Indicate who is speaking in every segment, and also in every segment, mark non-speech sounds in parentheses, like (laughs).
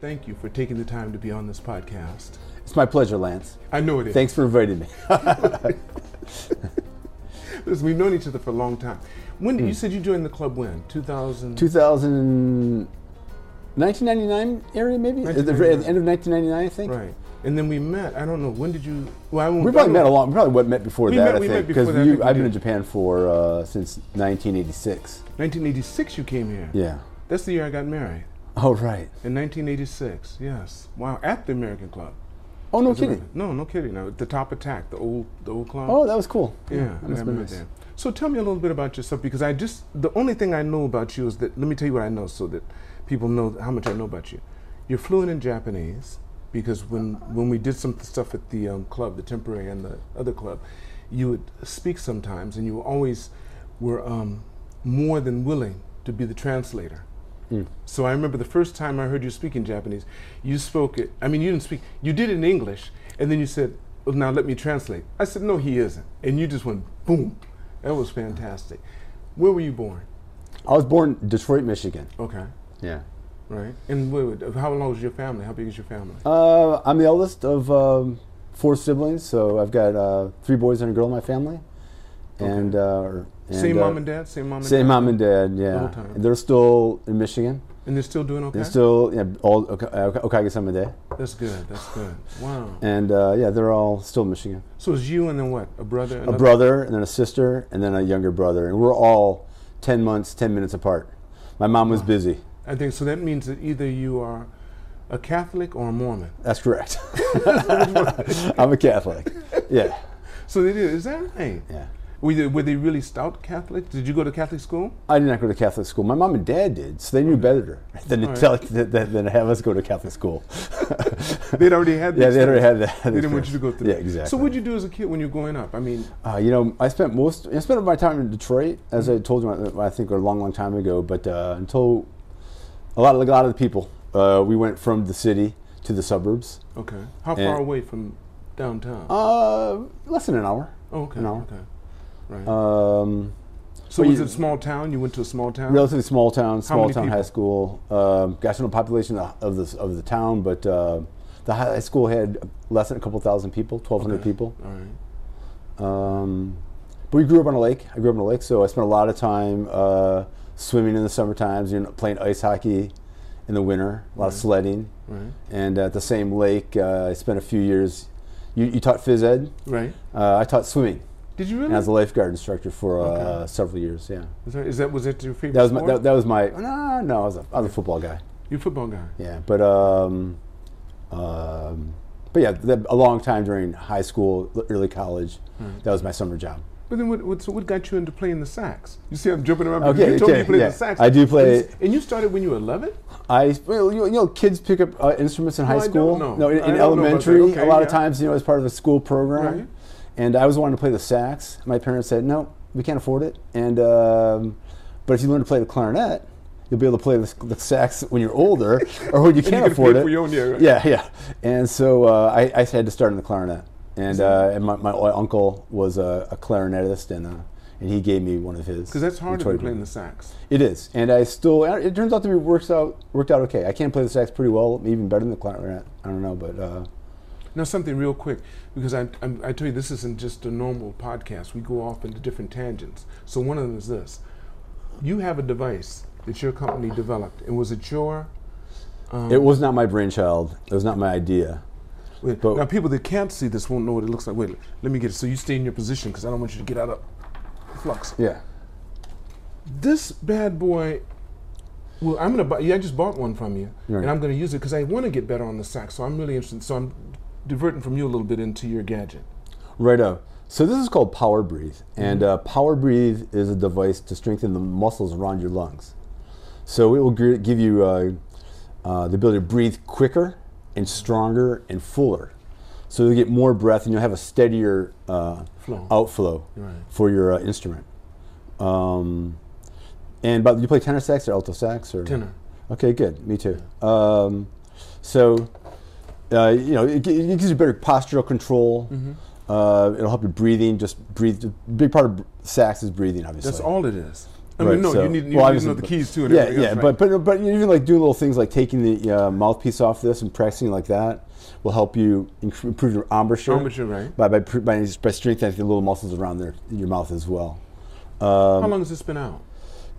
Speaker 1: Thank you for taking the time to be on this podcast.
Speaker 2: It's my pleasure, Lance.
Speaker 1: I know it is.
Speaker 2: Thanks for inviting me. (laughs)
Speaker 1: Listen, we've known each other for a long time. When
Speaker 2: Hmm.
Speaker 1: did you said you joined the club? When 2000?
Speaker 2: 2000, 1999 area maybe at the, very- at the end of 1999, I think.
Speaker 1: Right. And then we met. I don't know when did you. Well, I won't-
Speaker 2: We
Speaker 1: I don't-
Speaker 2: probably met a lot. We probably met before
Speaker 1: We
Speaker 2: that,
Speaker 1: met-
Speaker 2: I
Speaker 1: we met
Speaker 2: think,
Speaker 1: before that, I
Speaker 2: you-
Speaker 1: think we
Speaker 2: I've been
Speaker 1: did.
Speaker 2: in Japan for uh, since 1986.
Speaker 1: 1986. You came here.
Speaker 2: Yeah.
Speaker 1: That's the year I got married.
Speaker 2: Oh right.
Speaker 1: In 1986. Yes. Wow. At the American Club.
Speaker 2: Oh no kidding.
Speaker 1: No, no kidding. No, the Top Attack, the old, the old club.
Speaker 2: Oh, that was cool.
Speaker 1: Yeah, I
Speaker 2: that must have been
Speaker 1: remember
Speaker 2: nice.
Speaker 1: that. So tell me a little bit about yourself because I just the only thing I know about you is that let me tell you what I know so that people know how much I know about you. You're fluent in Japanese because when when we did some stuff at the um, club, the temporary and the other club, you would speak sometimes and you always were um, more than willing to be the translator. So I remember the first time I heard you speak in Japanese, you spoke it. I mean, you didn't speak. You did it in English, and then you said, well, "Now let me translate." I said, "No, he isn't," and you just went boom. That was fantastic. Where were you born?
Speaker 2: I was born in Detroit, Michigan.
Speaker 1: Okay,
Speaker 2: Yeah.
Speaker 1: right. And wait, wait, how long was your family? How big is your family?
Speaker 2: Uh, I'm the eldest of um, four siblings, so I've got uh, three boys and a girl in my family, and, uh, or- and
Speaker 1: same
Speaker 2: uh,
Speaker 1: mom and dad. Same mom and
Speaker 2: Same
Speaker 1: dad.
Speaker 2: mom and dad.
Speaker 1: The whole
Speaker 2: Yeah,
Speaker 1: time.
Speaker 2: they're still in Michigan.
Speaker 1: And they're still doing okay.
Speaker 2: They're still yeah, all uh, Ok- Ok- Okage Samade,
Speaker 1: That's good. That's good. Wow.
Speaker 2: and uh, yeah, they're all still in Michigan.
Speaker 1: So it's you and then what? A brother.
Speaker 2: A
Speaker 1: another-
Speaker 2: brother, and then a sister, and then a younger brother, and we're all ten months, ten minutes apart. My mom was busy.
Speaker 1: I think so. That means that either you are a Catholic or a Mormon.
Speaker 2: That's correct. (laughs) I'm a Catholic. Yeah,
Speaker 1: So they did. Is that right?
Speaker 2: yeah.
Speaker 1: Were they, were they really stout Catholics? Did you go to Catholic school?
Speaker 2: I did not go to Catholic school. My mom and dad did, so they knew better than to
Speaker 1: All right.
Speaker 2: tell, than, than- than to have us go to Catholic school. (laughs)
Speaker 1: They'd already had.
Speaker 2: yeah,
Speaker 1: these
Speaker 2: they already
Speaker 1: things.
Speaker 2: had that.
Speaker 1: They didn't want you to go through.
Speaker 2: Yeah,
Speaker 1: that.
Speaker 2: exactly.
Speaker 1: So what'd you do as a kid when you were growing up? I mean,
Speaker 2: Uh, you know, I spent most, I spent my time in Detroit, as
Speaker 1: Mm-hmm.
Speaker 2: I told you, I- I think, a long, long time ago. But uh, until a lot of a lot of the people, uh, we went from the city to the suburbs.
Speaker 1: okay, how
Speaker 2: Yeah.
Speaker 1: far away from downtown?
Speaker 2: Uh, less than an hour.
Speaker 1: oh, okay,
Speaker 2: an hour.
Speaker 1: okay, right.
Speaker 2: Um,
Speaker 1: so
Speaker 2: well,
Speaker 1: was
Speaker 2: you-
Speaker 1: it a small town? You went to a small town.
Speaker 2: relatively small town, small
Speaker 1: many
Speaker 2: town
Speaker 1: people?
Speaker 2: high school. Um, gosh, no population of the of the town, but uh, the high school had less than a couple thousand people, twelve hundred
Speaker 1: Okay.
Speaker 2: people.
Speaker 1: All right.
Speaker 2: Um, but we grew up on a lake. I grew up on a lake, so I spent a lot of time uh, swimming in the summer times, you know, playing ice hockey in the winter, a lot of sledding.
Speaker 1: Right.
Speaker 2: And at the same lake, uh, I spent a few years. You, you taught phys ed.
Speaker 1: Right.
Speaker 2: Uh, I taught swimming
Speaker 1: Did you
Speaker 2: and
Speaker 1: really?
Speaker 2: as a lifeguard instructor for uh,
Speaker 1: Okay.
Speaker 2: several years. Yeah,
Speaker 1: Is that, is that was that your favorite
Speaker 2: that was my
Speaker 1: sport?
Speaker 2: that, that was my no no I was, a, I was a football guy.
Speaker 1: you football guy.
Speaker 2: Yeah, but um, um, but yeah, that, a long time during high school, early college,
Speaker 1: Hmm.
Speaker 2: that was my summer job.
Speaker 1: But then what, what, so what got you into playing the sax? You see, I'm jumping around. because
Speaker 2: Okay,
Speaker 1: you told me you
Speaker 2: okay,
Speaker 1: played
Speaker 2: yeah.
Speaker 1: the sax.
Speaker 2: I do play-
Speaker 1: And, and you started when you were 11.
Speaker 2: I well, you, you know, kids pick up uh, instruments in
Speaker 1: I
Speaker 2: high
Speaker 1: don't
Speaker 2: school.
Speaker 1: know.
Speaker 2: No, in,
Speaker 1: I
Speaker 2: in
Speaker 1: don't know about that.
Speaker 2: elementary,
Speaker 1: Okay,
Speaker 2: a lot of
Speaker 1: yeah.
Speaker 2: times, you know, as part of the school program.
Speaker 1: Right.
Speaker 2: And I always wanted to play the sax. My parents said, "No, we can't afford it." And um, but if you learn to play the clarinet, you'll be able to play the, s- the sax when you're older,
Speaker 1: (laughs)
Speaker 2: or when you can't
Speaker 1: can pay
Speaker 2: afford it.
Speaker 1: for your own, yeah, right.
Speaker 2: yeah, yeah. And so uh, I, I had to start on the clarinet. And, uh, and my, my uncle was a, a clarinetist, and uh, and he gave me one of his.
Speaker 1: Because that's harder
Speaker 2: Detroit
Speaker 1: than playing the sax.
Speaker 2: it is, and I still. and It turns out to be works out worked out okay. I can play the sax pretty well, even better than the clarinet. I don't know, but uh,
Speaker 1: Now something real quick, because I, I'm, I tell you this isn't just a normal podcast. We go off into different tangents. So one of them is this: you have a device that your company developed, and was it your?
Speaker 2: it was not my brainchild. It was not my idea.
Speaker 1: Wait,
Speaker 2: But-
Speaker 1: now people that can't see this won't know what it looks like. Wait, let me get it. So you stay in your position because I don't want you to get out of flux.
Speaker 2: Yeah,
Speaker 1: This bad boy. Well, I'm gonna buy. Yeah, I just bought one from you,
Speaker 2: Right.
Speaker 1: and I'm gonna use it because I want to get better on the sax. So I'm really interested. So I'm diverting from you a little bit into your gadget.
Speaker 2: righto. So this is called Power Breathe,
Speaker 1: Mm-hmm.
Speaker 2: and uh, Power Breathe is a device to strengthen the muscles around your lungs. So it will gr- give you uh, uh, the ability to breathe quicker and stronger and fuller. So you'll get more breath, and you'll have a steadier uh,
Speaker 1: Flow.
Speaker 2: outflow
Speaker 1: Right.
Speaker 2: for your uh, instrument. Um, and but you play tenor sax or alto sax or
Speaker 1: Tenor.
Speaker 2: Okay, good. Me too. Um, so uh, you know it, gi- it gives you better postural control.
Speaker 1: Mm-hmm.
Speaker 2: Uh, it'll help your breathing. Just breathe. A big part of br- sax is breathing, obviously.
Speaker 1: That's all it is. I mean,
Speaker 2: Right,
Speaker 1: no,
Speaker 2: so-
Speaker 1: you need, you
Speaker 2: well,
Speaker 1: need to
Speaker 2: obviously,
Speaker 1: know the
Speaker 2: but-
Speaker 1: keys too. And
Speaker 2: Yeah,
Speaker 1: everything
Speaker 2: yeah,
Speaker 1: else, right?
Speaker 2: but but but even like doing little things like taking the uh, mouthpiece off this and practicing like that will help you inc- improve your embouchure.
Speaker 1: Embouchure, right.
Speaker 2: By by pr- by, by strengthening the little muscles around there in your mouth as well. Uh, Um,
Speaker 1: how long has this been out?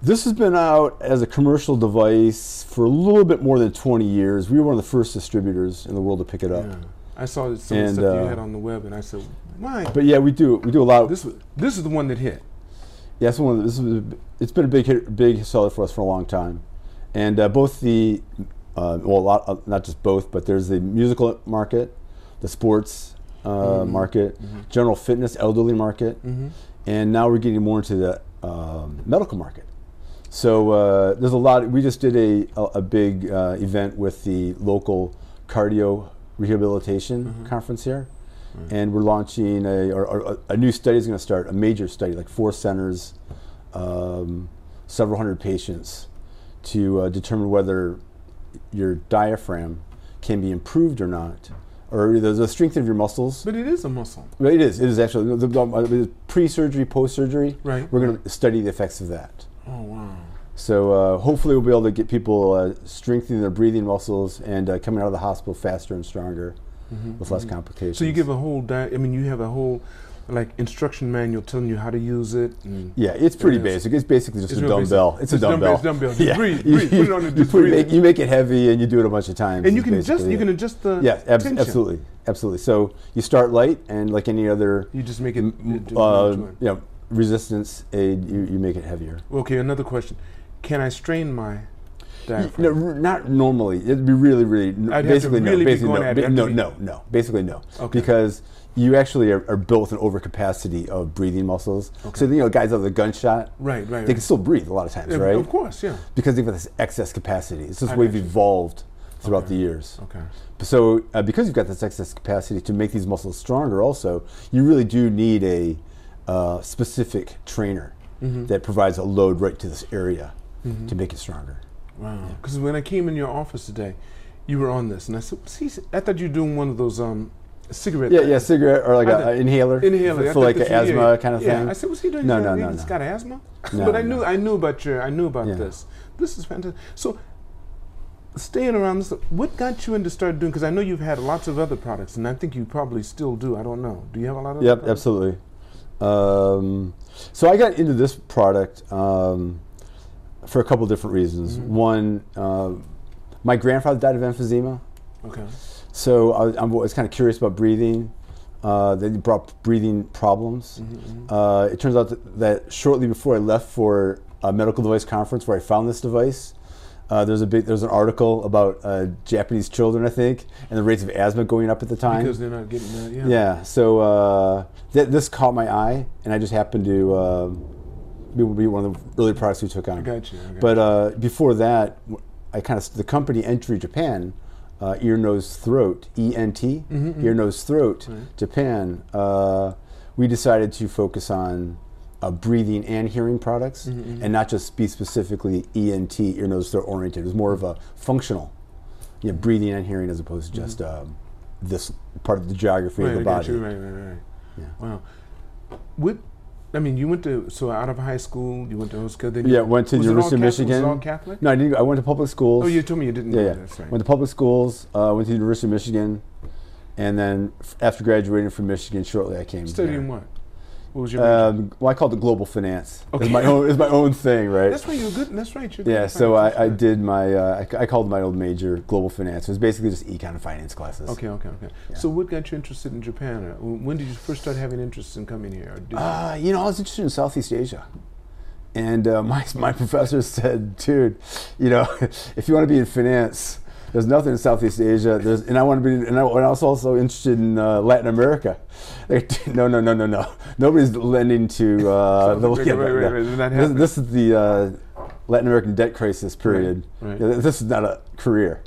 Speaker 2: This has been out as a commercial device for a little bit more than 20 years. We were one of the first distributors in the world to pick it up.
Speaker 1: Yeah. I saw that some of the
Speaker 2: And,
Speaker 1: stuff you
Speaker 2: uh,
Speaker 1: had on the web, and I said, "Why?"
Speaker 2: But yeah, we do we do a lot. Of,
Speaker 1: This was- this is the one that hit.
Speaker 2: yeah, it's one. Of the, this is a b- it's been a big hit, big seller for us for a long time, and uh, both the uh, well, a lot, uh, not just both, but there's the musical market, the sports uh,
Speaker 1: Mm-hmm.
Speaker 2: market, general fitness, elderly market, and now we're getting more into the um, medical market. So uh, there's a lot. We just did a a, a big uh, event with the local cardio rehabilitation conference here, and we're launching a or, or a a new study is going to start a major study like four centers, um, several hundred patients, to uh, determine whether your diaphragm can be improved or not, or the, the strength of your muscles.
Speaker 1: But it is a muscle.
Speaker 2: Well, It is. It is actually the, the, the pre-surgery, post-surgery.
Speaker 1: Right.
Speaker 2: We're going to study the effects of that.
Speaker 1: Oh wow!
Speaker 2: So uh, hopefully we'll be able to get people uh, strengthening their breathing muscles and uh, coming out of the hospital faster and stronger with less complications.
Speaker 1: Mm-hmm. So you give a whole diet. I mean, you have a whole like instruction manual telling you how to use it. and-
Speaker 2: yeah, it's pretty
Speaker 1: It is.
Speaker 2: basic. It's basically just
Speaker 1: It's
Speaker 2: a
Speaker 1: real basic.
Speaker 2: dumbbell. It's a
Speaker 1: It's dumb-
Speaker 2: dumbbell.
Speaker 1: it's
Speaker 2: (laughs)
Speaker 1: dumbbell. Just breathe, breathe, put it on and
Speaker 2: you,
Speaker 1: just breathe
Speaker 2: make,
Speaker 1: it.
Speaker 2: you make it heavy and you do it a bunch of times.
Speaker 1: and you
Speaker 2: is
Speaker 1: can adjust.
Speaker 2: basically
Speaker 1: You
Speaker 2: it.
Speaker 1: can adjust the
Speaker 2: Yeah, abs-
Speaker 1: tension.
Speaker 2: absolutely, absolutely. So you start light and like any other,
Speaker 1: You just make it.
Speaker 2: m-
Speaker 1: it- it-
Speaker 2: uh,
Speaker 1: joint.
Speaker 2: you know, resistance aid, you, you make it heavier.
Speaker 1: Okay, another question: Can I strain my diaphragm?
Speaker 2: No, r- not normally. It'd be really, really. n-
Speaker 1: I'd have to
Speaker 2: basically, no.
Speaker 1: really be
Speaker 2: basically,
Speaker 1: going
Speaker 2: no.
Speaker 1: at it.
Speaker 2: Ba-
Speaker 1: It'd have
Speaker 2: no,
Speaker 1: to be-
Speaker 2: no, no. Basically, no.
Speaker 1: Okay.
Speaker 2: Because you actually are, are built with an overcapacity of breathing muscles. So you know, guys out of the gunshot,
Speaker 1: Right, right,
Speaker 2: They
Speaker 1: right.
Speaker 2: can still breathe a lot of times,
Speaker 1: Uh,
Speaker 2: right?
Speaker 1: Of course, yeah.
Speaker 2: Because they've got this excess capacity. It's just
Speaker 1: I
Speaker 2: the way we've
Speaker 1: gotcha.
Speaker 2: evolved throughout the years.
Speaker 1: Okay.
Speaker 2: So, uh, because you've got this excess capacity to make these muscles stronger, also, you really do need a uh, specific trainer
Speaker 1: Mm-hmm.
Speaker 2: that provides a load right to this area to make it stronger.
Speaker 1: Wow. Because when I came in your office today, you were on this, and I said, "See, I thought you were doing one of those um, cigarette."
Speaker 2: Yeah,
Speaker 1: things."
Speaker 2: yeah, cigarette or like
Speaker 1: I
Speaker 2: an
Speaker 1: did.
Speaker 2: inhaler,
Speaker 1: Inhaler
Speaker 2: for, for like an asthma kind of
Speaker 1: yeah.
Speaker 2: thing.
Speaker 1: I said, "What's he doing?
Speaker 2: No,
Speaker 1: He's
Speaker 2: no,
Speaker 1: got-
Speaker 2: no,
Speaker 1: He's
Speaker 2: no.
Speaker 1: got asthma."
Speaker 2: No,
Speaker 1: but I
Speaker 2: no.
Speaker 1: knew, I knew about your, I knew about
Speaker 2: Yeah.
Speaker 1: this. This is fantastic. So, staying around this, what got you into start doing? Because I know you've had lots of other products, and I think you probably still do. I don't know. Do you have a lot of?
Speaker 2: Yep,
Speaker 1: other products?
Speaker 2: absolutely. Um, so I got into this product um, for a couple different reasons.
Speaker 1: Mm-hmm.
Speaker 2: One, uh, my grandfather died of emphysema,
Speaker 1: Okay.
Speaker 2: so I, was- I'm always kind of curious about breathing. Uh, they brought breathing
Speaker 1: Mm-hmm.
Speaker 2: problems. Uh, it turns out that, that shortly before I left for a medical device conference where I found this device, uh, there's a big there's an article about uh, Japanese children, I think, and the rates of asthma going up at the time.
Speaker 1: Because they're not getting that. Yeah.
Speaker 2: Yeah. So uh, th- this caught my eye, and I just happened to uh, be, be one of the early products we took on.
Speaker 1: Gotcha. Okay.
Speaker 2: But uh, before that, w- I kind of the company entry Japan, uh, ear nose throat ENT
Speaker 1: Mm-hmm,
Speaker 2: ear nose throat Japan. Uh, we decided to focus on uh, breathing and hearing products,
Speaker 1: Mm-hmm,
Speaker 2: and not just be specifically ENT ear nose throat oriented. It was more of a functional, you know, breathing and hearing as opposed to just um, this part of the geography
Speaker 1: Mm-hmm. right,
Speaker 2: of the
Speaker 1: I
Speaker 2: body.
Speaker 1: got you. Right. Right. Right. Wow. What? I mean, you went to so out of high school, you went to Oscar. Then you-
Speaker 2: Yeah, went to the
Speaker 1: was it all
Speaker 2: University
Speaker 1: Catholic?
Speaker 2: of Michigan.
Speaker 1: Was it all Catholic?
Speaker 2: No, I didn't. go- I went to public schools.
Speaker 1: Oh, you told me you didn't.
Speaker 2: Yeah,
Speaker 1: go.
Speaker 2: yeah.
Speaker 1: That's right.
Speaker 2: Went to public schools. Uh, went to the University of Michigan, and then f- after graduating from Michigan, shortly I came.
Speaker 1: Studying
Speaker 2: here.
Speaker 1: what? What was your? major?
Speaker 2: Um, well, I called it global finance. Okay. It's my own. It's my own thing, right?
Speaker 1: that's right. You're good. That's right. You're good
Speaker 2: yeah.
Speaker 1: at
Speaker 2: So
Speaker 1: finance,
Speaker 2: I, I
Speaker 1: that's
Speaker 2: did my. Uh, I c- I, called my old major global finance. It was basically just econ and finance classes.
Speaker 1: right. Okay. Okay. Okay. So what got you interested in Japan? Or w- when did you first start having interest in coming here? Or did
Speaker 2: Uh, you know, I was interested in Southeast Asia. And uh, (laughs) my, my professor said, dude, you know, (laughs) if you want to be in finance, there's nothing in Southeast Asia. There's, and I want to be, and I, and I was also interested in uh, Latin America. (laughs) Like, dude, no, no, no, no, no. Nobody's lending to uh, the, (laughs)
Speaker 1: Right, right, right, right. Not
Speaker 2: This, this is the uh, Latin American debt crisis period.
Speaker 1: right.
Speaker 2: Yeah, This is not a career.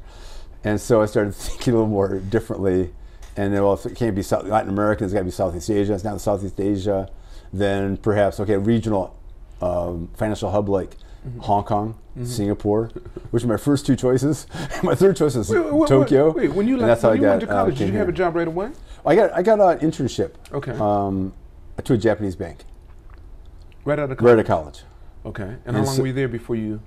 Speaker 2: And so I started (laughs) thinking a little more differently. And then, well, if it can't be South, Latin America, it's got to be Southeast Asia. It's not Southeast Asia. Then perhaps, okay, a regional um, financial hub like
Speaker 1: Mm-hmm.
Speaker 2: Hong Kong,
Speaker 1: (laughs)
Speaker 2: Singapore, which are my first two choices. (laughs) my third choice is
Speaker 1: Wait, wait, wait,
Speaker 2: Tokyo.
Speaker 1: Wait, when you
Speaker 2: and
Speaker 1: left,
Speaker 2: that's how
Speaker 1: when you
Speaker 2: I
Speaker 1: went
Speaker 2: got,
Speaker 1: to
Speaker 2: uh,
Speaker 1: college, did
Speaker 2: came
Speaker 1: you have a
Speaker 2: here. Uh,
Speaker 1: job right away?
Speaker 2: I got I got an internship
Speaker 1: Okay.
Speaker 2: um, to a Japanese bank
Speaker 1: right out of college.
Speaker 2: right out of college.
Speaker 1: Okay. And
Speaker 2: And
Speaker 1: how long
Speaker 2: so-
Speaker 1: were you there before you?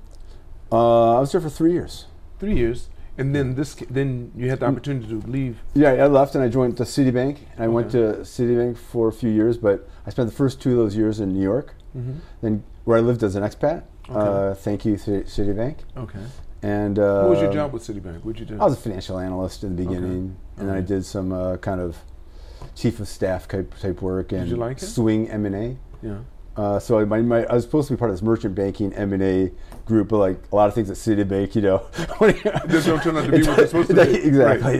Speaker 2: Uh, I was there for three years.
Speaker 1: Three years. And then this, ca- then you
Speaker 2: Mm.
Speaker 1: had the opportunity to leave.
Speaker 2: Yeah, I left and I joined the Citibank. And I went to Citibank for a few years, but I spent the first two of those years in New York,
Speaker 1: Mm-hmm.
Speaker 2: then where I lived as an expat.
Speaker 1: Okay.
Speaker 2: Uh, thank you, Ci- Citibank.
Speaker 1: Okay.
Speaker 2: And uh,
Speaker 1: what was your job with Citibank? What'd you do?
Speaker 2: I was a financial analyst in the beginning, and I
Speaker 1: Alright.
Speaker 2: did some uh, kind of chief of staff type type work and
Speaker 1: you like it?
Speaker 2: swing M and A. (laughs)
Speaker 1: yeah.
Speaker 2: Uh, so I, my, my, I was supposed to be part of this merchant banking M and A group, but like a lot of things at Citibank, you know, when you-
Speaker 1: Just don't turn out to be what they're supposed to be.
Speaker 2: (laughs) exactly.
Speaker 1: Right.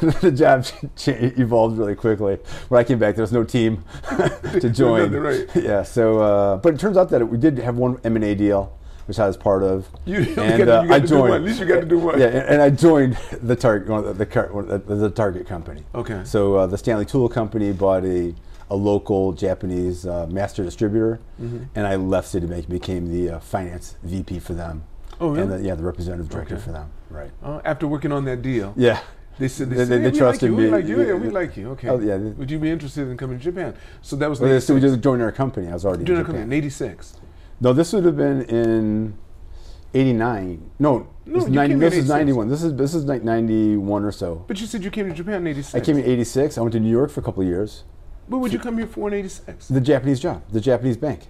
Speaker 2: Yeah, (laughs) the job ch- evolved really quickly. When I came back, there was no team (laughs)
Speaker 1: (laughs)
Speaker 2: to join.
Speaker 1: Right.
Speaker 2: (laughs) Yeah. So, uh, but it turns out that we did have one M and A deal, which I was part of.
Speaker 1: You, (laughs) you got,
Speaker 2: And,
Speaker 1: to- you
Speaker 2: uh,
Speaker 1: got
Speaker 2: I
Speaker 1: to do
Speaker 2: joined.
Speaker 1: one. At least you got to do one.
Speaker 2: Yeah, and, and I joined (laughs) the target one of the, the, car- one of the, the target company.
Speaker 1: Okay.
Speaker 2: So uh, the Stanley Tool Company bought a, a local Japanese uh, master distributor,
Speaker 1: Mm-hmm.
Speaker 2: and I left Citibank, became the uh, finance VP for them.
Speaker 1: Oh, really?
Speaker 2: And the, yeah, the representative director
Speaker 1: Okay.
Speaker 2: for them. Right.
Speaker 1: Uh, after working on that deal,
Speaker 2: Yeah.
Speaker 1: they said
Speaker 2: They-
Speaker 1: they,
Speaker 2: they-
Speaker 1: said,
Speaker 2: they
Speaker 1: "Hey,
Speaker 2: trusted
Speaker 1: we
Speaker 2: me.
Speaker 1: like you. We like you. Yeah,
Speaker 2: Yeah,
Speaker 1: we
Speaker 2: yeah.
Speaker 1: like you. Okay.
Speaker 2: Oh, yeah, they-
Speaker 1: Would you be interested in coming to Japan? So that was
Speaker 2: Well, so we
Speaker 1: 96.
Speaker 2: just joined our company. I was already
Speaker 1: Doing
Speaker 2: in
Speaker 1: it
Speaker 2: Japan.
Speaker 1: in '86.
Speaker 2: No, this would have been in '89. No,
Speaker 1: No,
Speaker 2: this,
Speaker 1: you
Speaker 2: is 90,
Speaker 1: came in
Speaker 2: this is
Speaker 1: 86.
Speaker 2: '91. This is this is like '91 or so.
Speaker 1: But you said you came to Japan in '86.
Speaker 2: I came in '86. I went to New York for a couple of years.
Speaker 1: What would you come here for in '86?
Speaker 2: The Japanese job, the Japanese bank.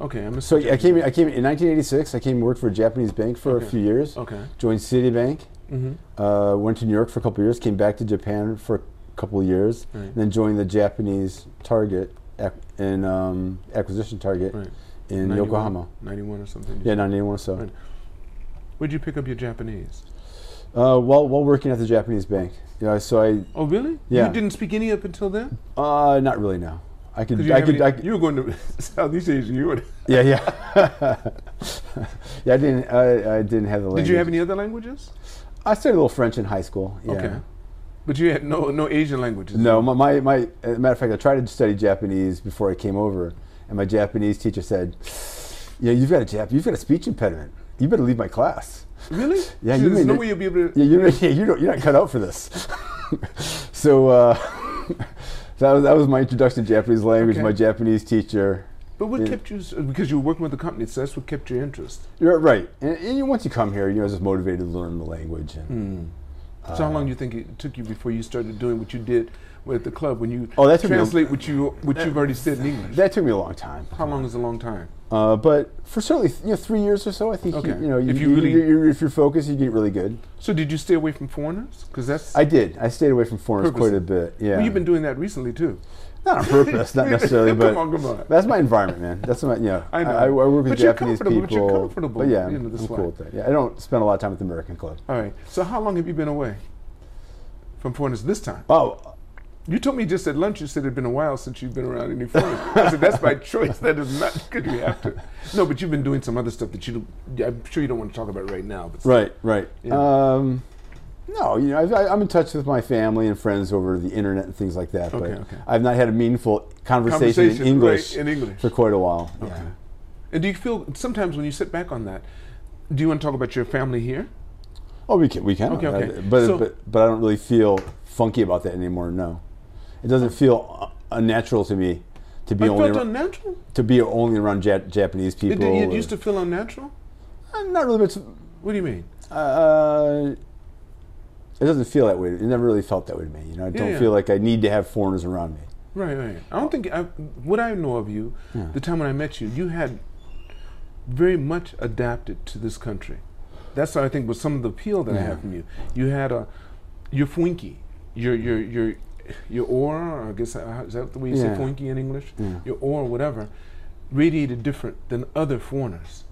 Speaker 1: Okay, I'm
Speaker 2: So I came. I came in 1986. I came and worked for a Japanese bank for
Speaker 1: Okay. Oh.
Speaker 2: a few years.
Speaker 1: Okay.
Speaker 2: Joined Citibank.
Speaker 1: hmm
Speaker 2: Uh, went to New York for a couple of years. Came back to Japan for a couple of years.
Speaker 1: Right.
Speaker 2: and Then joined the Japanese target ac- in um, acquisition target
Speaker 1: Right.
Speaker 2: in
Speaker 1: 91
Speaker 2: Yokohama.
Speaker 1: 91 or something.
Speaker 2: Yeah, 91 or so.
Speaker 1: Right. Where'd you pick up your Japanese?
Speaker 2: Uh, while while working at the Japanese bank. Yeah. So I
Speaker 1: Oh, really?
Speaker 2: Yeah.
Speaker 1: You didn't speak any up until then?
Speaker 2: Uh, not really. No, I could.
Speaker 1: 'Cause you
Speaker 2: I
Speaker 1: didn't
Speaker 2: could.
Speaker 1: have
Speaker 2: I
Speaker 1: any-
Speaker 2: could
Speaker 1: you were going to (laughs) Southeast Asia. You were,
Speaker 2: yeah, yeah, (laughs) yeah. I didn't. I, I didn't have the language.
Speaker 1: did you have any other languages?
Speaker 2: I studied a little French in high school. Yeah.
Speaker 1: Okay. But you had no no Asian languages.
Speaker 2: No, my, my my. As a matter of fact, I tried to study Japanese before I came over, and my Japanese teacher said, "Yeah, you've got a Jap. You've got a speech impediment. You better leave my class."
Speaker 1: Really?
Speaker 2: Yeah,
Speaker 1: So
Speaker 2: you
Speaker 1: there's
Speaker 2: mean
Speaker 1: no
Speaker 2: it-
Speaker 1: way you'll be able to.
Speaker 2: Yeah, you're, yeah, you don't, you're not (laughs) cut out for this. (laughs) so uh, (laughs) that was that was my introduction to Japanese language.
Speaker 1: Okay.
Speaker 2: My Japanese teacher.
Speaker 1: But what
Speaker 2: yeah.
Speaker 1: kept you? s- Because you were working with the company, so that's what kept your interest.
Speaker 2: You're right. And, and you, once you come here, you're just motivated to learn the language. And,
Speaker 1: so how long do you think it took you before you started doing what you did at the club when you
Speaker 2: Oh, that took me a-
Speaker 1: translate what you what you've already said in English?
Speaker 2: That took me a long time.
Speaker 1: how long is a long time?
Speaker 2: Uh, but for certainly, th- you know, three years or so, I think, you-
Speaker 1: Okay.
Speaker 2: you, know,
Speaker 1: If you really-
Speaker 2: you- you- if you're focused, you get really good.
Speaker 1: So did you stay away from foreigners? Because that's
Speaker 2: I did. I stayed away from foreigners
Speaker 1: Purpose.
Speaker 2: quite a bit. Yeah.
Speaker 1: well, you've been doing that recently too.
Speaker 2: not on purpose,
Speaker 1: (laughs)
Speaker 2: not necessarily,
Speaker 1: Come
Speaker 2: but
Speaker 1: on, come on.
Speaker 2: that's my environment, man. That's my, you know,
Speaker 1: I know.
Speaker 2: I, I work with
Speaker 1: But you're
Speaker 2: Japanese
Speaker 1: comfortable, but
Speaker 2: people.
Speaker 1: you're comfortable,
Speaker 2: But yeah,
Speaker 1: you know,
Speaker 2: I'm,
Speaker 1: this
Speaker 2: I'm
Speaker 1: way.
Speaker 2: cool with that. Yeah, I don't spend a lot of time at the American Club.
Speaker 1: All right. So how long have you been away from foreigners this time?
Speaker 2: Oh,
Speaker 1: You told me just at lunch. You said it'd been a while since you've been around any foreigners. I said that's by choice. That is not (laughs) because you have to. No, but you've been doing some other stuff that you. don't- I'm sure you don't want to talk about right now. But
Speaker 2: right, right.
Speaker 1: Yeah.
Speaker 2: Um, no, you know, I've, I, I'm in touch with my family and friends over the internet and things like that,
Speaker 1: Okay,
Speaker 2: but
Speaker 1: okay.
Speaker 2: I've not had a meaningful conversation,
Speaker 1: conversation
Speaker 2: in English
Speaker 1: right, in English.
Speaker 2: for quite a while.
Speaker 1: Okay.
Speaker 2: yeah.
Speaker 1: And do you feel sometimes when you sit back on that, do you want to talk about your family here?
Speaker 2: Oh, we can. We can.
Speaker 1: Okay,
Speaker 2: Uh,
Speaker 1: okay.
Speaker 2: But,
Speaker 1: So-
Speaker 2: but but I don't really feel funky about that anymore. No, it doesn't feel uh, unnatural to me to be
Speaker 1: I
Speaker 2: only
Speaker 1: felt
Speaker 2: ar-
Speaker 1: unnatural.
Speaker 2: to be only around ja- Japanese
Speaker 1: It,
Speaker 2: people.
Speaker 1: it used to feel unnatural.
Speaker 2: Uh, not really, but it's,
Speaker 1: What do you mean?
Speaker 2: uh, it doesn't feel that way. It never really felt that way to me. You know, I don't
Speaker 1: yeah.
Speaker 2: feel like I need to have foreigners around me.
Speaker 1: Right, right. I don't think I, what I know of you,
Speaker 2: Yeah.
Speaker 1: the time when I met you, you had very much adapted to this country. That's what I think was some of the appeal that I
Speaker 2: Yeah.
Speaker 1: have from you. You had a your fwinky, your your your your aura. I guess uh, is that the way you
Speaker 2: Yeah.
Speaker 1: say fwinky in English?
Speaker 2: Yeah.
Speaker 1: Your aura, whatever, radiated different than other foreigners,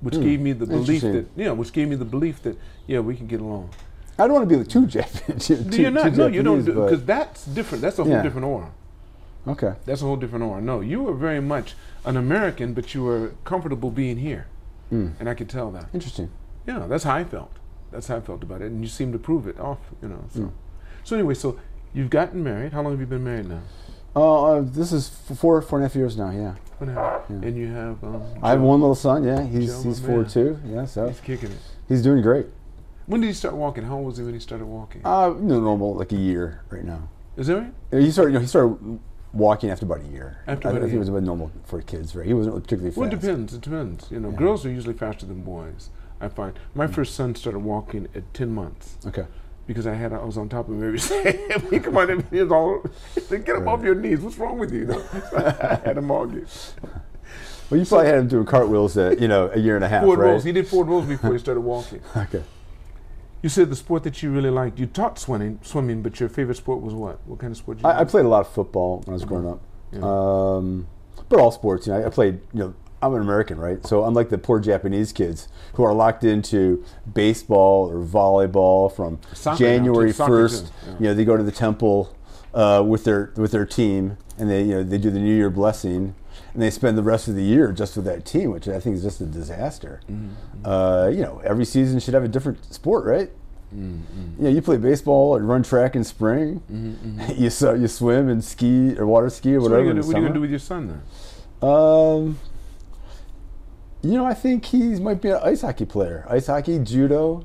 Speaker 1: which gave me the belief
Speaker 2: Hmm. Interesting.
Speaker 1: that yeah, which gave me the belief that yeah, we can get along.
Speaker 2: I don't want to be too (laughs) Japanese. Too,
Speaker 1: Do you not?
Speaker 2: too
Speaker 1: No, you don't.
Speaker 2: Japanese, but-
Speaker 1: Because that's different. That's a whole
Speaker 2: Yeah.
Speaker 1: different aura.
Speaker 2: okay.
Speaker 1: That's a whole different aura. No, you were very much an American, but you were comfortable being here.
Speaker 2: Mm.
Speaker 1: And I could tell that.
Speaker 2: Interesting.
Speaker 1: Yeah, that's how I felt. That's how I felt about it. And you seemed to prove it off, you know.
Speaker 2: Mm.
Speaker 1: So, so anyway, so you've gotten married. How long have you been married now?
Speaker 2: Uh, uh, this is f- four four and a half years now. Yeah,
Speaker 1: What happened? And you have. Um,
Speaker 2: I have
Speaker 1: Joe.
Speaker 2: one little son. Yeah, he's
Speaker 1: Joe, my
Speaker 2: he's four
Speaker 1: man.
Speaker 2: too. Yeah, so
Speaker 1: He's kicking it.
Speaker 2: he's doing great.
Speaker 1: When did he start walking? How old was he when he started walking?
Speaker 2: Uh, no, normal, like a year right now.
Speaker 1: Is that right?
Speaker 2: Uh, He started, you know, he started walking after about a year.
Speaker 1: After
Speaker 2: I,
Speaker 1: about
Speaker 2: I
Speaker 1: a
Speaker 2: think it
Speaker 1: year.
Speaker 2: was about normal for kids, right? He wasn't particularly fast.
Speaker 1: Well, it depends. It depends. You know,
Speaker 2: Yeah. Mm.
Speaker 1: girls are usually faster than boys. I find my first son started walking at ten months
Speaker 2: Okay.
Speaker 1: because I had I was on top of him every (laughs) day. I mean, Come on, I mean, he was all get him off
Speaker 2: Right.
Speaker 1: your knees. What's wrong with you? (laughs) you know? I had him argue.
Speaker 2: Well, you probably had him doing cartwheels at you know a year and a half,
Speaker 1: Ford
Speaker 2: right? (laughs)
Speaker 1: rolls. He did Ford rolls before he started walking.
Speaker 2: Okay.
Speaker 1: You said the sport that you really liked. You taught swimming, swimming, but your favorite sport was what? What kind of sport? Did you
Speaker 2: I, I
Speaker 1: like?
Speaker 2: played a lot of football when I was growing up,
Speaker 1: Yeah.
Speaker 2: um, but all sports. You know, I, I played. You know, I'm an American, right? So unlike the poor Japanese kids who are locked into baseball or volleyball from
Speaker 1: Soccer now, too.
Speaker 2: January
Speaker 1: Soccer, too.
Speaker 2: first,
Speaker 1: Yeah.
Speaker 2: you know, they go to the temple uh, with their with their team, and they you know they do the New Year blessing, and they spend the rest of the year just with that team, which I think is just a disaster.
Speaker 1: Mm-hmm.
Speaker 2: Uh, you know, every season should have a different sport, right?
Speaker 1: Mm-hmm.
Speaker 2: You know, you play baseball and run track in spring. (laughs) you so, you swim and ski or water ski or
Speaker 1: Mm-hmm, So what are you
Speaker 2: whatever.
Speaker 1: gonna-
Speaker 2: in
Speaker 1: what are you going to do
Speaker 2: summer.
Speaker 1: with your son then?
Speaker 2: Um, you know, I think he's might be an ice hockey player. Ice hockey, judo.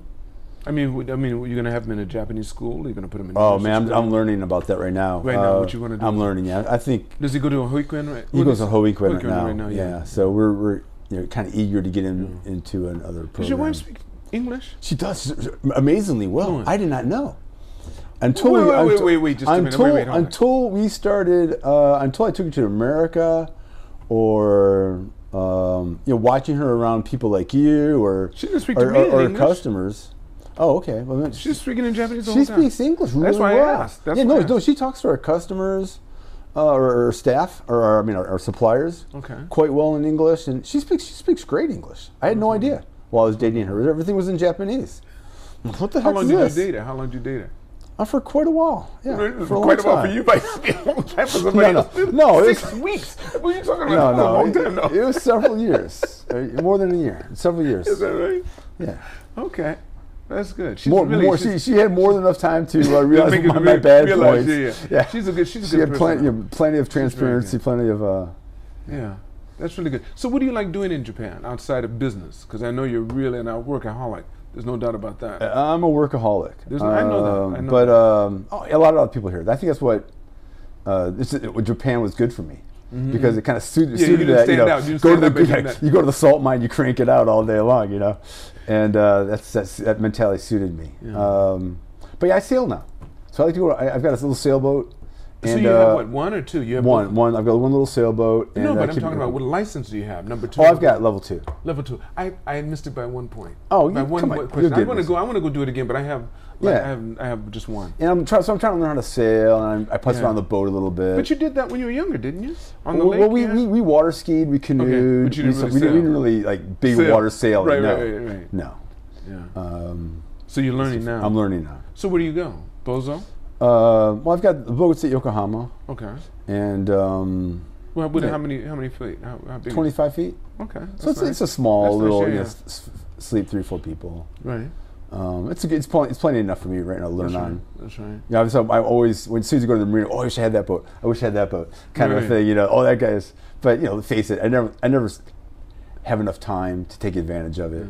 Speaker 1: I mean, would- I mean, you're going to have him in a Japanese school. You're going to put him in.
Speaker 2: Oh
Speaker 1: nursery
Speaker 2: man, I'm,
Speaker 1: school?
Speaker 2: I'm learning about that right now. Uh,
Speaker 1: Right now, what you wanna do?
Speaker 2: I'm learning. Yeah, I think
Speaker 1: Does he go to a hoikuen? Right?
Speaker 2: he
Speaker 1: What
Speaker 2: goes
Speaker 1: is-
Speaker 2: on whole weekend right
Speaker 1: Hoikuen
Speaker 2: now.
Speaker 1: right now,
Speaker 2: yeah.
Speaker 1: yeah.
Speaker 2: so we're, we're you know kind of eager to get in, into another program.
Speaker 1: Does your wife speak English?
Speaker 2: She does amazingly well.
Speaker 1: Fluent.
Speaker 2: I did not know. Until
Speaker 1: Wait, wait,
Speaker 2: we,
Speaker 1: wait,
Speaker 2: until,
Speaker 1: wait, wait, just a minute.
Speaker 2: until,
Speaker 1: Wait, wait, hold on.
Speaker 2: until we started, uh, until I took her to America, or um, you know, watching her around people like you, or
Speaker 1: She didn't speak to
Speaker 2: or,
Speaker 1: me
Speaker 2: or,
Speaker 1: in
Speaker 2: or
Speaker 1: English.
Speaker 2: customers. Oh, okay. Well, then
Speaker 1: She's speaking in Japanese the
Speaker 2: she
Speaker 1: whole time.
Speaker 2: speaks English really
Speaker 1: That's why I
Speaker 2: well.
Speaker 1: asked. That's
Speaker 2: yeah,
Speaker 1: why
Speaker 2: no,
Speaker 1: I
Speaker 2: no,
Speaker 1: asked.
Speaker 2: she talks to our customers, uh, or, or staff, or, our I mean, our, our suppliers.
Speaker 1: Okay.
Speaker 2: Quite well in English, and she speaks she speaks great English. I had no idea while I was dating her. Everything was in Japanese. What the
Speaker 1: How
Speaker 2: heck
Speaker 1: long
Speaker 2: is
Speaker 1: did
Speaker 2: this?
Speaker 1: you date her? How long did you date her?
Speaker 2: Uh, for quite a while. Yeah, for a long
Speaker 1: quite a while for
Speaker 2: time.
Speaker 1: you, but it a long time for somebody
Speaker 2: No,
Speaker 1: else.
Speaker 2: no. No,
Speaker 1: six
Speaker 2: it's-
Speaker 1: weeks. What are you talking
Speaker 2: No,
Speaker 1: about? (laughs)
Speaker 2: no,
Speaker 1: a long
Speaker 2: it,
Speaker 1: time. No.
Speaker 2: it was several
Speaker 1: (laughs)
Speaker 2: years, Uh, more than a year, several years.
Speaker 1: Is that right?
Speaker 2: Yeah,
Speaker 1: Okay, that's good. She's
Speaker 2: more,
Speaker 1: really,
Speaker 2: more.
Speaker 1: she's-
Speaker 2: She, she had more than enough time
Speaker 1: (laughs)
Speaker 2: to uh,
Speaker 1: she's
Speaker 2: realize
Speaker 1: making
Speaker 2: my,
Speaker 1: me
Speaker 2: my bad
Speaker 1: realize,
Speaker 2: points.
Speaker 1: Yeah, yeah. she's a good. She's a
Speaker 2: she
Speaker 1: good
Speaker 2: had plenty,
Speaker 1: person.
Speaker 2: of, plenty of transparency,
Speaker 1: good.
Speaker 2: plenty of. Uh,
Speaker 1: Yeah, that's really good. So, what do you like doing in Japan outside of business? Because I know you're really an workaholic. There's no doubt about that.
Speaker 2: I'm a workaholic.
Speaker 1: There's- I know that,
Speaker 2: Um,
Speaker 1: I know
Speaker 2: but
Speaker 1: that.
Speaker 2: Um, oh, a lot of other people here. I think that's what uh, this is, what Japan was good for me because it kind of suited,
Speaker 1: Mm-hmm, you
Speaker 2: suited
Speaker 1: didn't
Speaker 2: that. You
Speaker 1: stand
Speaker 2: know,
Speaker 1: out. You didn't
Speaker 2: go to
Speaker 1: stand out by
Speaker 2: the (laughs)
Speaker 1: doing
Speaker 2: yeah,
Speaker 1: that.
Speaker 2: you go to the salt mine, you crank it out all day long. You know, and uh, that's, that's that mentality suited me. Um, but yeah, I sail now, so I like to go. I, I've got a little sailboat.
Speaker 1: so
Speaker 2: and,
Speaker 1: you
Speaker 2: uh,
Speaker 1: have what? One or two? You have
Speaker 2: One, one. I've got one little sailboat. And
Speaker 1: No,
Speaker 2: I
Speaker 1: but I'm
Speaker 2: keep it
Speaker 1: talking about what
Speaker 2: going.
Speaker 1: license do you have? Number two.
Speaker 2: Oh, I've got level two.
Speaker 1: level two. I, I missed it by one point.
Speaker 2: Oh, you-
Speaker 1: by one
Speaker 2: come on,
Speaker 1: point
Speaker 2: you'll
Speaker 1: question. I
Speaker 2: get
Speaker 1: want to
Speaker 2: this.
Speaker 1: go. I want to go do it again, but I have. Like,
Speaker 2: Yeah.
Speaker 1: I have. I have just one.
Speaker 2: And I'm trying, so I'm trying to learn how to sail, and I'm, I putz
Speaker 1: Yeah.
Speaker 2: around the boat a little bit.
Speaker 1: But you did that when you were younger, didn't you? On the
Speaker 2: Well,
Speaker 1: lake.
Speaker 2: well, we,
Speaker 1: yeah?
Speaker 2: we, we water skied, we canoed.
Speaker 1: but you
Speaker 2: we,
Speaker 1: didn't
Speaker 2: sa-
Speaker 1: really
Speaker 2: we, didn't, we
Speaker 1: sail.
Speaker 2: didn't really like big
Speaker 1: Sail.
Speaker 2: water sailing.
Speaker 1: Right,
Speaker 2: no.
Speaker 1: right, right, right.
Speaker 2: No.
Speaker 1: Yeah.
Speaker 2: Um,
Speaker 1: So you're learning now.
Speaker 2: I'm learning now.
Speaker 1: so where do you go, Bozo?
Speaker 2: Uh, well, I've got the boats at Yokohama
Speaker 1: Okay.
Speaker 2: and um,
Speaker 1: Well, what,
Speaker 2: Yeah.
Speaker 1: how many? How many feet? How, how big? is-
Speaker 2: 25 feet.
Speaker 1: Okay. that's
Speaker 2: So it's, it's a
Speaker 1: That's
Speaker 2: small
Speaker 1: nice,
Speaker 2: little,
Speaker 1: yeah,
Speaker 2: you know,
Speaker 1: yeah.
Speaker 2: s- s- sleep three, four people.
Speaker 1: nice. right.
Speaker 2: Um, it's, a good- it's, plenty, it's plenty enough for me right now to learn
Speaker 1: That's
Speaker 2: on.
Speaker 1: right. That's right.
Speaker 2: Yeah, so I always, when as soon as you go to the marina, oh, I wish I had that boat. I wish I had that boat. Kind of
Speaker 1: Right.
Speaker 2: a thing, you know. Oh, that guy's. But you know, face it, I never, I never s- have enough time to take advantage of it.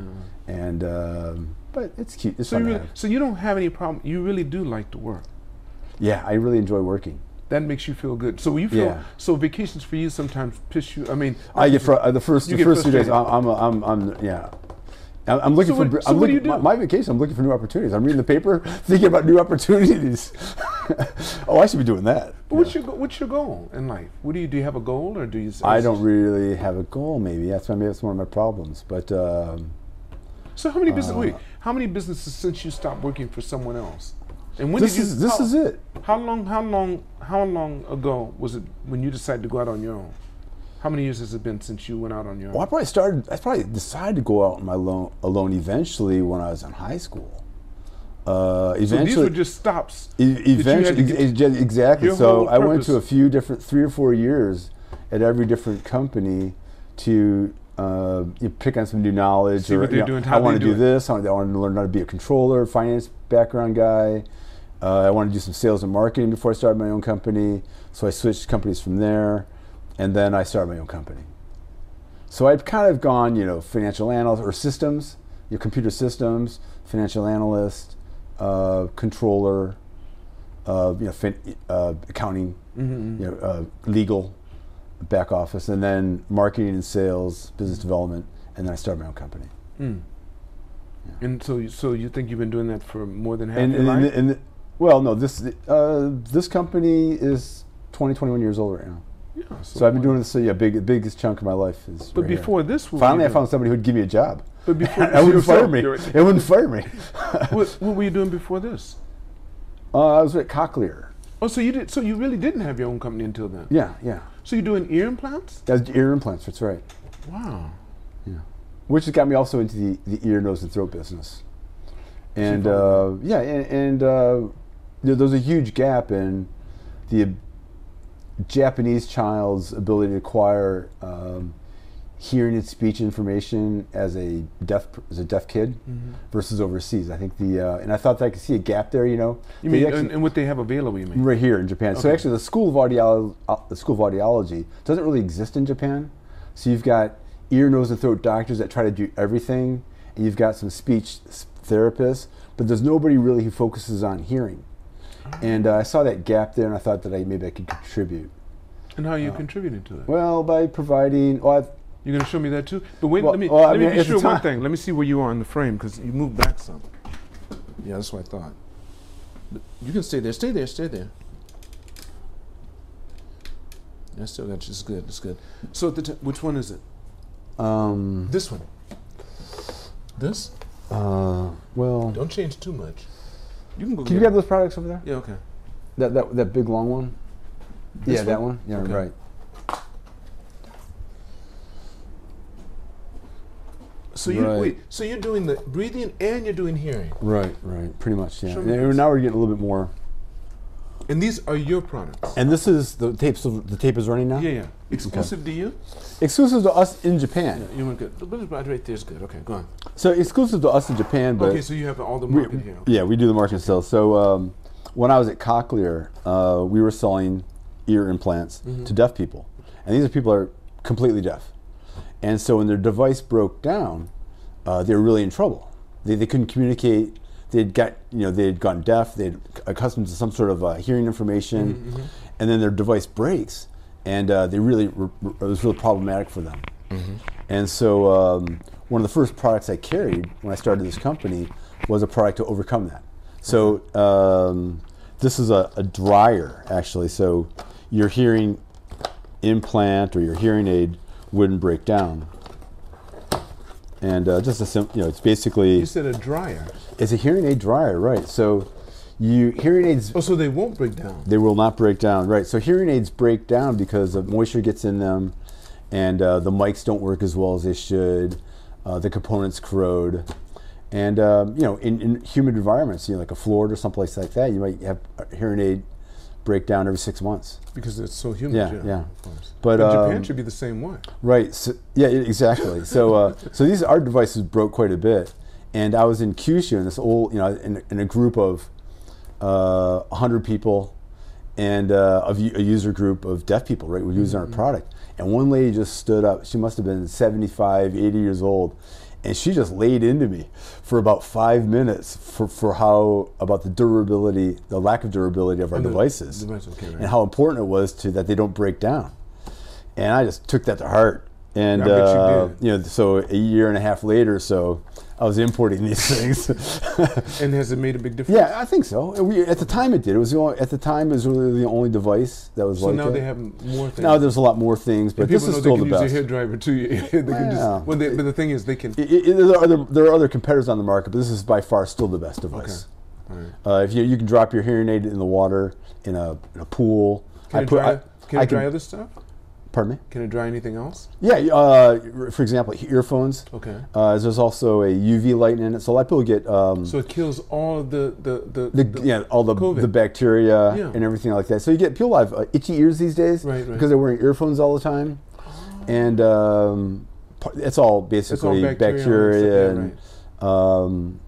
Speaker 2: And um, but it's cute.
Speaker 1: Mm.
Speaker 2: It's
Speaker 1: So
Speaker 2: fun
Speaker 1: you
Speaker 2: to
Speaker 1: really,
Speaker 2: have.
Speaker 1: so you don't have any problem. You really do like to work.
Speaker 2: Yeah, I really enjoy working.
Speaker 1: That makes you feel good. So you feel
Speaker 2: Yeah.
Speaker 1: so vacations for you sometimes piss Oh, you. I mean,
Speaker 2: I get fr- uh, the first
Speaker 1: You get
Speaker 2: the first few days.
Speaker 1: frustrated.
Speaker 2: I'm, I'm, a- I'm, I'm yeah. I'm I'm looking
Speaker 1: So
Speaker 2: for.
Speaker 1: what-
Speaker 2: br-
Speaker 1: so
Speaker 2: I'm
Speaker 1: what do
Speaker 2: looking,
Speaker 1: you
Speaker 2: my,
Speaker 1: do?
Speaker 2: my vacation. I'm looking for new opportunities. I'm reading the paper, (laughs) thinking about new opportunities. (laughs) oh, I should be doing that.
Speaker 1: But what's your go- what's your goal in life? What do you do? You have a goal, or do you? s-
Speaker 2: I don't really have a goal. Maybe that's maybe that's one of my problems. But um,
Speaker 1: So how many
Speaker 2: uh,
Speaker 1: business? wait, how many businesses since you stopped working for someone else? And when
Speaker 2: this
Speaker 1: did you?
Speaker 2: is this
Speaker 1: how,
Speaker 2: is it.
Speaker 1: How long? How long? How long ago was it when you decided to go out on your own? How many years has it been since you went out on your own?
Speaker 2: Well, I probably started. I probably decided to go out on my lo- alone eventually when I was in high school. Uh,
Speaker 1: So these
Speaker 2: eventually,
Speaker 1: were just stops.
Speaker 2: E-
Speaker 1: you had to
Speaker 2: eventually,
Speaker 1: get-
Speaker 2: ex- ex- exactly.
Speaker 1: your
Speaker 2: So
Speaker 1: whole
Speaker 2: I went to a
Speaker 1: purpose.
Speaker 2: few different, three or four years at every different company to uh, you pick on some new knowledge.
Speaker 1: See
Speaker 2: or,
Speaker 1: what they're
Speaker 2: you know,
Speaker 1: doing, how
Speaker 2: I
Speaker 1: they
Speaker 2: want to
Speaker 1: do
Speaker 2: do
Speaker 1: it.
Speaker 2: this. I want to learn how to be a controller, finance background guy. Uh, I want to do some sales and marketing before I started my own company. So I switched companies from there, and then I started my own company. So I've kind of gone, you know, financial analyst or systems, your computer systems, financial analyst, uh, controller, uh, you know, fin- uh, accounting
Speaker 1: Mm-hmm,
Speaker 2: you know, uh, legal, back office, and then marketing and sales, business development, and then I started my own company.
Speaker 1: Mm. And so, you, so you think you've been doing that for more than half
Speaker 2: And,
Speaker 1: your
Speaker 2: and,
Speaker 1: life?
Speaker 2: and, well, no, this uh, this company is 20, 21 years old right now.
Speaker 1: Yeah,
Speaker 2: So I've been doing this. So yeah, big biggest chunk of my life is.
Speaker 1: But
Speaker 2: right here.
Speaker 1: before this, what were
Speaker 2: finally,
Speaker 1: you
Speaker 2: I found somebody who'd give me
Speaker 1: (laughs)
Speaker 2: a job.
Speaker 1: doing? But
Speaker 2: (laughs)
Speaker 1: before
Speaker 2: It wouldn't fire me.
Speaker 1: you're-
Speaker 2: It wouldn't fire me. (laughs)
Speaker 1: what, what were you doing before this?
Speaker 2: Uh, I was at Cochlear.
Speaker 1: Oh, so you did. So you really didn't have your own company until then.
Speaker 2: Yeah, yeah.
Speaker 1: So you're doing ear implants?
Speaker 2: That's ear implants. That's right.
Speaker 1: Wow.
Speaker 2: which has got me also into the, the ear, nose, and throat business. And uh,
Speaker 1: follow
Speaker 2: yeah, and, and uh, there, there's a huge gap in the Japanese child's ability to acquire um, hearing and speech information as a deaf per- as a deaf kid
Speaker 1: Mm-hmm.
Speaker 2: versus overseas. I think the uh, and I thought that I could see a gap there. You know,
Speaker 1: You
Speaker 2: They
Speaker 1: mean
Speaker 2: actually-
Speaker 1: and, and what they have available? You mean?
Speaker 2: right here in Japan. So
Speaker 1: Okay.
Speaker 2: actually, the school of audiology, the school of audiology, doesn't really exist in Japan. So you've got ear, nose, and throat doctors that try to do everything, and you've got some speech s- therapists, but there's nobody really who focuses on hearing. And uh, I saw that gap there, and I thought that I maybe I could contribute.
Speaker 1: And how are you contributing to it?
Speaker 2: Well, by providing, oh, I've,
Speaker 1: You're going to show me that too. But wait,
Speaker 2: Well-
Speaker 1: let me
Speaker 2: well, I
Speaker 1: let me
Speaker 2: mean,
Speaker 1: be
Speaker 2: at the
Speaker 1: sure of one
Speaker 2: time-
Speaker 1: thing. Let me see where you are in the frame because you moved back some. Yeah, that's what I thought. But You can stay there. Stay there. Stay there. I still got you. It's good. It's good. So, at the t- which one is it?
Speaker 2: um,
Speaker 1: This one. This.
Speaker 2: uh, well,
Speaker 1: Don't change too much. You can go.
Speaker 2: can you
Speaker 1: get
Speaker 2: grab
Speaker 1: it.
Speaker 2: those products over there?
Speaker 1: Yeah. Okay.
Speaker 2: That that, that big long one.
Speaker 1: This
Speaker 2: yeah, that one. Yeah,
Speaker 1: Okay.
Speaker 2: right.
Speaker 1: So you
Speaker 2: Right.
Speaker 1: wait. So you're doing the breathing and you're doing hearing.
Speaker 2: Right, right. Pretty much, yeah.
Speaker 1: Show
Speaker 2: And
Speaker 1: me this.
Speaker 2: now we're getting a little bit more
Speaker 1: And these are your products.
Speaker 2: And this is the tape. So the tape is running now.
Speaker 1: Yeah, yeah. Exclusive to you.
Speaker 2: Exclusive to us in Japan.
Speaker 1: You want good. The little bit right there is good. Okay, go on.
Speaker 2: So exclusive to us in Japan, but
Speaker 1: okay, so you have all the market here. Okay.
Speaker 2: yeah, we do the market and sales. So um, when I was at Cochlear, uh, we were selling ear implants
Speaker 1: Mm-hmm.
Speaker 2: to deaf people, and these are people that are completely deaf, and so when their device broke down, uh, they were really in trouble. They, they couldn't communicate. They'd got you know they had gone deaf. They'd accustomed to some sort of uh, hearing information,
Speaker 1: Mm-hmm,
Speaker 2: and then their device breaks, and uh, they really were, were- it was really problematic for them.
Speaker 1: Mm-hmm.
Speaker 2: And so, um, one of the first products I carried when I started this company was a product to overcome that. So, um, this is a, a dryer, actually. So, your hearing implant or your hearing aid wouldn't break down. And uh, just a sim- you know, it's basically
Speaker 1: You said a dryer.
Speaker 2: it's a hearing aid dryer, right? So, you hearing aids
Speaker 1: Oh, so they won't break down.
Speaker 2: they will not break down, right? So hearing aids break down because the moisture gets in them, and uh, the mics don't work as well as they should. Uh, the components corrode, and um, you know, in, in humid environments, you know, like a Florida or someplace like that, you might have a hearing aid break down every six months.
Speaker 1: Because it's so humid.
Speaker 2: Yeah,
Speaker 1: yeah.
Speaker 2: yeah.
Speaker 1: of course.
Speaker 2: But,
Speaker 1: But
Speaker 2: um,
Speaker 1: Japan should be the same way.
Speaker 2: Right. So, yeah. e- Exactly. so, uh, so these our devices broke quite a bit, and I was in Kyushu in this old, you know, in, in a group of uh, hundred people, and uh, of u- a user group of deaf people, right? We're using
Speaker 1: Mm-hmm.
Speaker 2: our product, and one lady just stood up. She must have been 75, 80 years old, and she just laid into me for about five minutes for, for how about the durability, the lack of durability of our
Speaker 1: the
Speaker 2: devices,
Speaker 1: devices, okay, right.
Speaker 2: and how important it was to that they don't break down and I just took that to heart. And
Speaker 1: I bet you
Speaker 2: uh,
Speaker 1: did.
Speaker 2: you, know, so a year and a half later, or so I was importing these (laughs) things.
Speaker 1: And has it made a big difference?
Speaker 2: yeah, I think so. And We, at the time, it did. It was the only, at the time it was really the only device that was
Speaker 1: So
Speaker 2: like
Speaker 1: now
Speaker 2: that.
Speaker 1: they have more things.
Speaker 2: now there's a lot more things, but
Speaker 1: People
Speaker 2: this is
Speaker 1: know
Speaker 2: still
Speaker 1: they
Speaker 2: the
Speaker 1: can use
Speaker 2: best.
Speaker 1: a hair dryer too. (laughs) they can
Speaker 2: Yeah.
Speaker 1: just, well, they, but the thing is, they can.
Speaker 2: I- I- there, are other, there are other competitors on the market, but this is by far still the best device.
Speaker 1: All right.
Speaker 2: Uh, if you, you can drop your hearing aid in the water in a, in a pool,
Speaker 1: Can it dry, can
Speaker 2: I
Speaker 1: it dry other stuff?
Speaker 2: Pardon me.
Speaker 1: Can it dry anything else?
Speaker 2: Yeah, uh, for example, earphones.
Speaker 1: Okay.
Speaker 2: Uh, there's also a UV light in it, so a lot of people get um,
Speaker 1: So it kills all of the the the,
Speaker 2: the, yeah all the
Speaker 1: COVID.
Speaker 2: the bacteria
Speaker 1: Yeah.
Speaker 2: and everything like that. So you get people have uh, itchy ears these days
Speaker 1: Right, right.
Speaker 2: because they're wearing earphones all the time, and um, par- it's all basically
Speaker 1: bacteria and
Speaker 2: bacteria.
Speaker 1: stuff, yeah,
Speaker 2: and, um,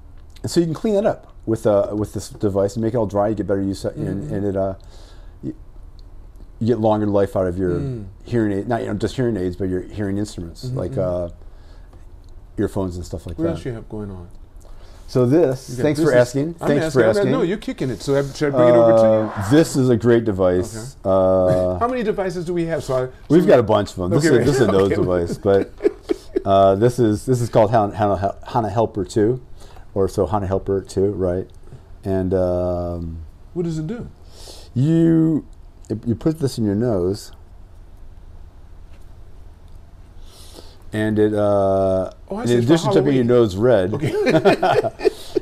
Speaker 2: and so you can clean that up with uh, with this device and make it all dry. You get better use out- and,
Speaker 1: Mm-hmm.
Speaker 2: and it. Uh, y- you get longer life out of your
Speaker 1: Mm.
Speaker 2: hearing aid, not you know, just hearing aids, but your
Speaker 1: Mm-hmm,
Speaker 2: hearing instruments like uh, earphones and stuff like
Speaker 1: What
Speaker 2: that.
Speaker 1: else you have going on?
Speaker 2: So this, thanks
Speaker 1: This
Speaker 2: for
Speaker 1: is-
Speaker 2: asking.
Speaker 1: I'm
Speaker 2: thanks for asking.
Speaker 1: No, you're kicking it. So I- should I bring it over to you?
Speaker 2: Uh, This is a great device.
Speaker 1: (laughs)
Speaker 2: Uh,
Speaker 1: How many devices do we have? So I,
Speaker 2: We've got a bunch of them. This
Speaker 1: Okay.
Speaker 2: is this is a nose
Speaker 1: Okay.
Speaker 2: device, but uh, this is this is called Hana, Hana, Hana Helper Two, or so Hana Helper Two, right? And um,
Speaker 1: what does it do?
Speaker 2: you if you put this in your nose, and it uh,
Speaker 1: Oh, I
Speaker 2: in
Speaker 1: see, it's for
Speaker 2: addition to making your
Speaker 1: Halloween.
Speaker 2: nose red, (laughs)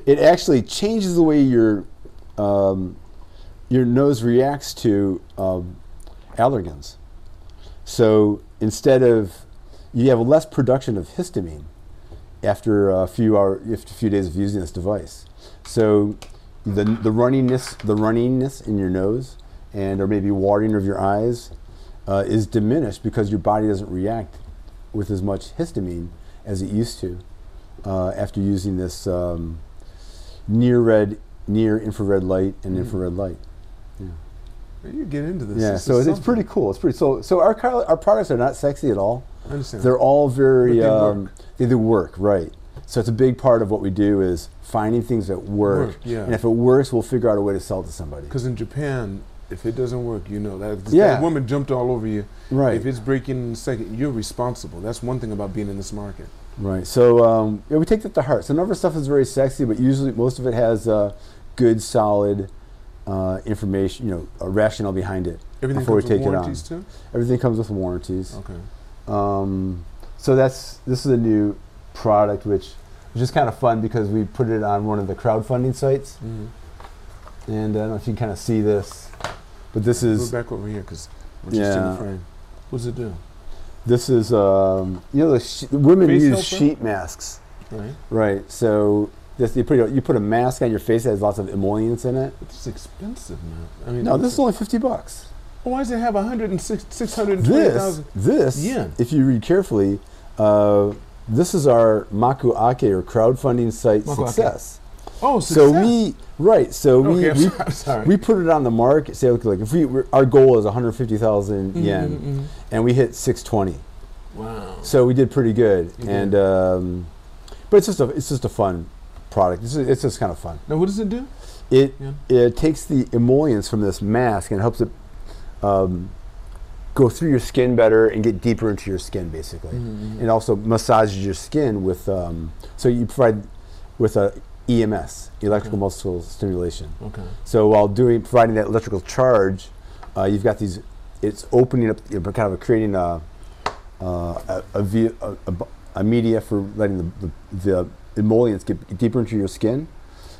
Speaker 2: it actually changes the way your um, your nose reacts to um, allergens. So instead of you have less production of histamine after a few hour after a few days of using this device. So the the runniness the runniness in your nose and or maybe watering of your eyes uh, is diminished because your body doesn't react with as much histamine as it used to uh, after using this um, near red near infrared light and infrared light.
Speaker 1: You get into Mm. this.
Speaker 2: Yeah,
Speaker 1: This
Speaker 2: so
Speaker 1: is
Speaker 2: it's, it's
Speaker 1: something.
Speaker 2: pretty cool. It's pretty so so our car, our products are not sexy at all.
Speaker 1: I understand.
Speaker 2: They're all very
Speaker 1: But they
Speaker 2: um,
Speaker 1: work.
Speaker 2: they, they work right. So it's a big part of what we do is finding things that work.
Speaker 1: Work, yeah.
Speaker 2: And if it works, we'll figure out a way to sell it to somebody.
Speaker 1: Because in Japan, if it doesn't work, you know that. if that
Speaker 2: Yeah.
Speaker 1: woman jumped all over you.
Speaker 2: Right.
Speaker 1: If it's breaking in a second, you're responsible. That's one thing about being in this market.
Speaker 2: Right. So um, yeah, we take that to heart. So none of our stuff is very sexy, but usually most of it has uh, good, solid uh, information. You know, a rationale behind it
Speaker 1: Everything
Speaker 2: before we
Speaker 1: comes
Speaker 2: take
Speaker 1: with
Speaker 2: it on.
Speaker 1: warranties too.
Speaker 2: Everything comes with warranties.
Speaker 1: Okay.
Speaker 2: Um, so that's this is a new product, which which is kind of fun because we put it on one of the crowdfunding sites,
Speaker 1: Mhm.
Speaker 2: and uh, I don't know if you can kind of see this, but this
Speaker 1: Go
Speaker 2: is
Speaker 1: back over here because we're just in the
Speaker 2: Yeah.
Speaker 1: frame. What does it do?
Speaker 2: this is um, you know the sh- women
Speaker 1: Face
Speaker 2: use
Speaker 1: helper?
Speaker 2: sheet masks,
Speaker 1: Right.
Speaker 2: right? So this you put a, you put a mask on your face that has lots of emollients in it.
Speaker 1: It's expensive now. I mean,
Speaker 2: No,
Speaker 1: it's-
Speaker 2: this is only fifty bucks.
Speaker 1: Why does it have 106
Speaker 2: This
Speaker 1: 620,000?
Speaker 2: this
Speaker 1: Yeah.
Speaker 2: if you read carefully, uh, this is our Maku Ake or crowdfunding site
Speaker 1: Makuake.
Speaker 2: success.
Speaker 1: Oh,
Speaker 2: So
Speaker 1: success.
Speaker 2: we right. So
Speaker 1: Okay,
Speaker 2: we,
Speaker 1: I'm
Speaker 2: we
Speaker 1: sorry, I'm sorry.
Speaker 2: we put it on the market. Say, look, like if we we're, our goal is 150,000 yen,
Speaker 1: Mhm, mhm.
Speaker 2: and we hit 620,
Speaker 1: Wow.
Speaker 2: so we did pretty good.
Speaker 1: You
Speaker 2: and
Speaker 1: did.
Speaker 2: um, but it's just a it's just a fun product. It's, it's just kind of fun.
Speaker 1: Now, what does it do?
Speaker 2: It
Speaker 1: Yeah.
Speaker 2: it takes the emollients from this mask and helps it um, go through your skin better and get deeper into your skin, basically.
Speaker 1: Mhm, mhm.
Speaker 2: And also massages your skin with um, so you provide with a EMS, electrical muscle stimulation.
Speaker 1: Okay.
Speaker 2: So while doing providing that electrical charge, uh, you've got these. It's opening up, you know, kind of creating a uh, a, a, via, a, a bu- a media for letting the, the, the emollients get deeper into your skin,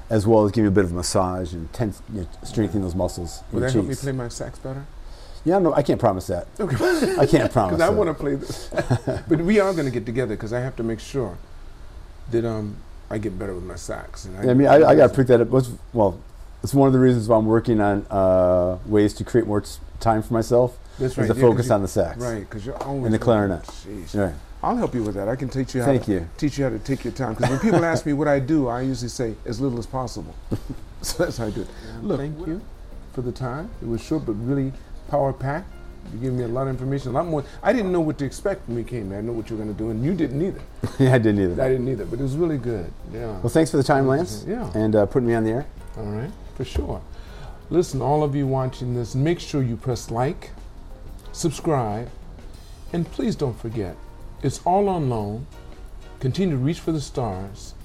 Speaker 2: as well as giving you a bit of massage and tense, you know, strengthening those muscles.
Speaker 1: Will
Speaker 2: in
Speaker 1: that
Speaker 2: your
Speaker 1: help me
Speaker 2: cheeks.
Speaker 1: play my sax better?
Speaker 2: Yeah, no, I can't promise that.
Speaker 1: (laughs) Okay.
Speaker 2: I can't promise.
Speaker 1: Because I
Speaker 2: that.
Speaker 1: want to play this.
Speaker 2: (laughs)
Speaker 1: but we are going to get together because I have to make sure that um, I get better with my sax. And
Speaker 2: I mean, I, I got to pick that up. What's, well, it's one of the reasons why I'm working on uh, ways to create more t- time for myself
Speaker 1: That's
Speaker 2: is to
Speaker 1: yeah, 'cause
Speaker 2: focus
Speaker 1: you-
Speaker 2: on the sax.
Speaker 1: Right, because you're always
Speaker 2: And the
Speaker 1: on-
Speaker 2: clarinet.
Speaker 1: Jeez.
Speaker 2: Right.
Speaker 1: I'll help you with that. I can teach you how
Speaker 2: Thank
Speaker 1: to,
Speaker 2: you.
Speaker 1: teach you how to take your time. Because when (laughs) people ask me what I do, I usually say as little as possible. (laughs) so that's how I do it. Look, thank you for the time. It was short but really power packed. You gave me a lot of information, a lot more. I didn't know what to expect when we came. here. I know what you were going to do, and you didn't either.
Speaker 2: yeah, (laughs) I didn't either.
Speaker 1: I didn't either, but it was really good. Yeah.
Speaker 2: Well, thanks for the time, Lance,
Speaker 1: Yeah.
Speaker 2: and uh, putting me on the air.
Speaker 1: All right, for sure. Listen, all of you watching this, make sure you press like, subscribe, and please don't forget it's all on loan. Continue to reach for the stars,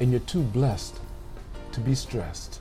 Speaker 1: and you're too blessed to be stressed.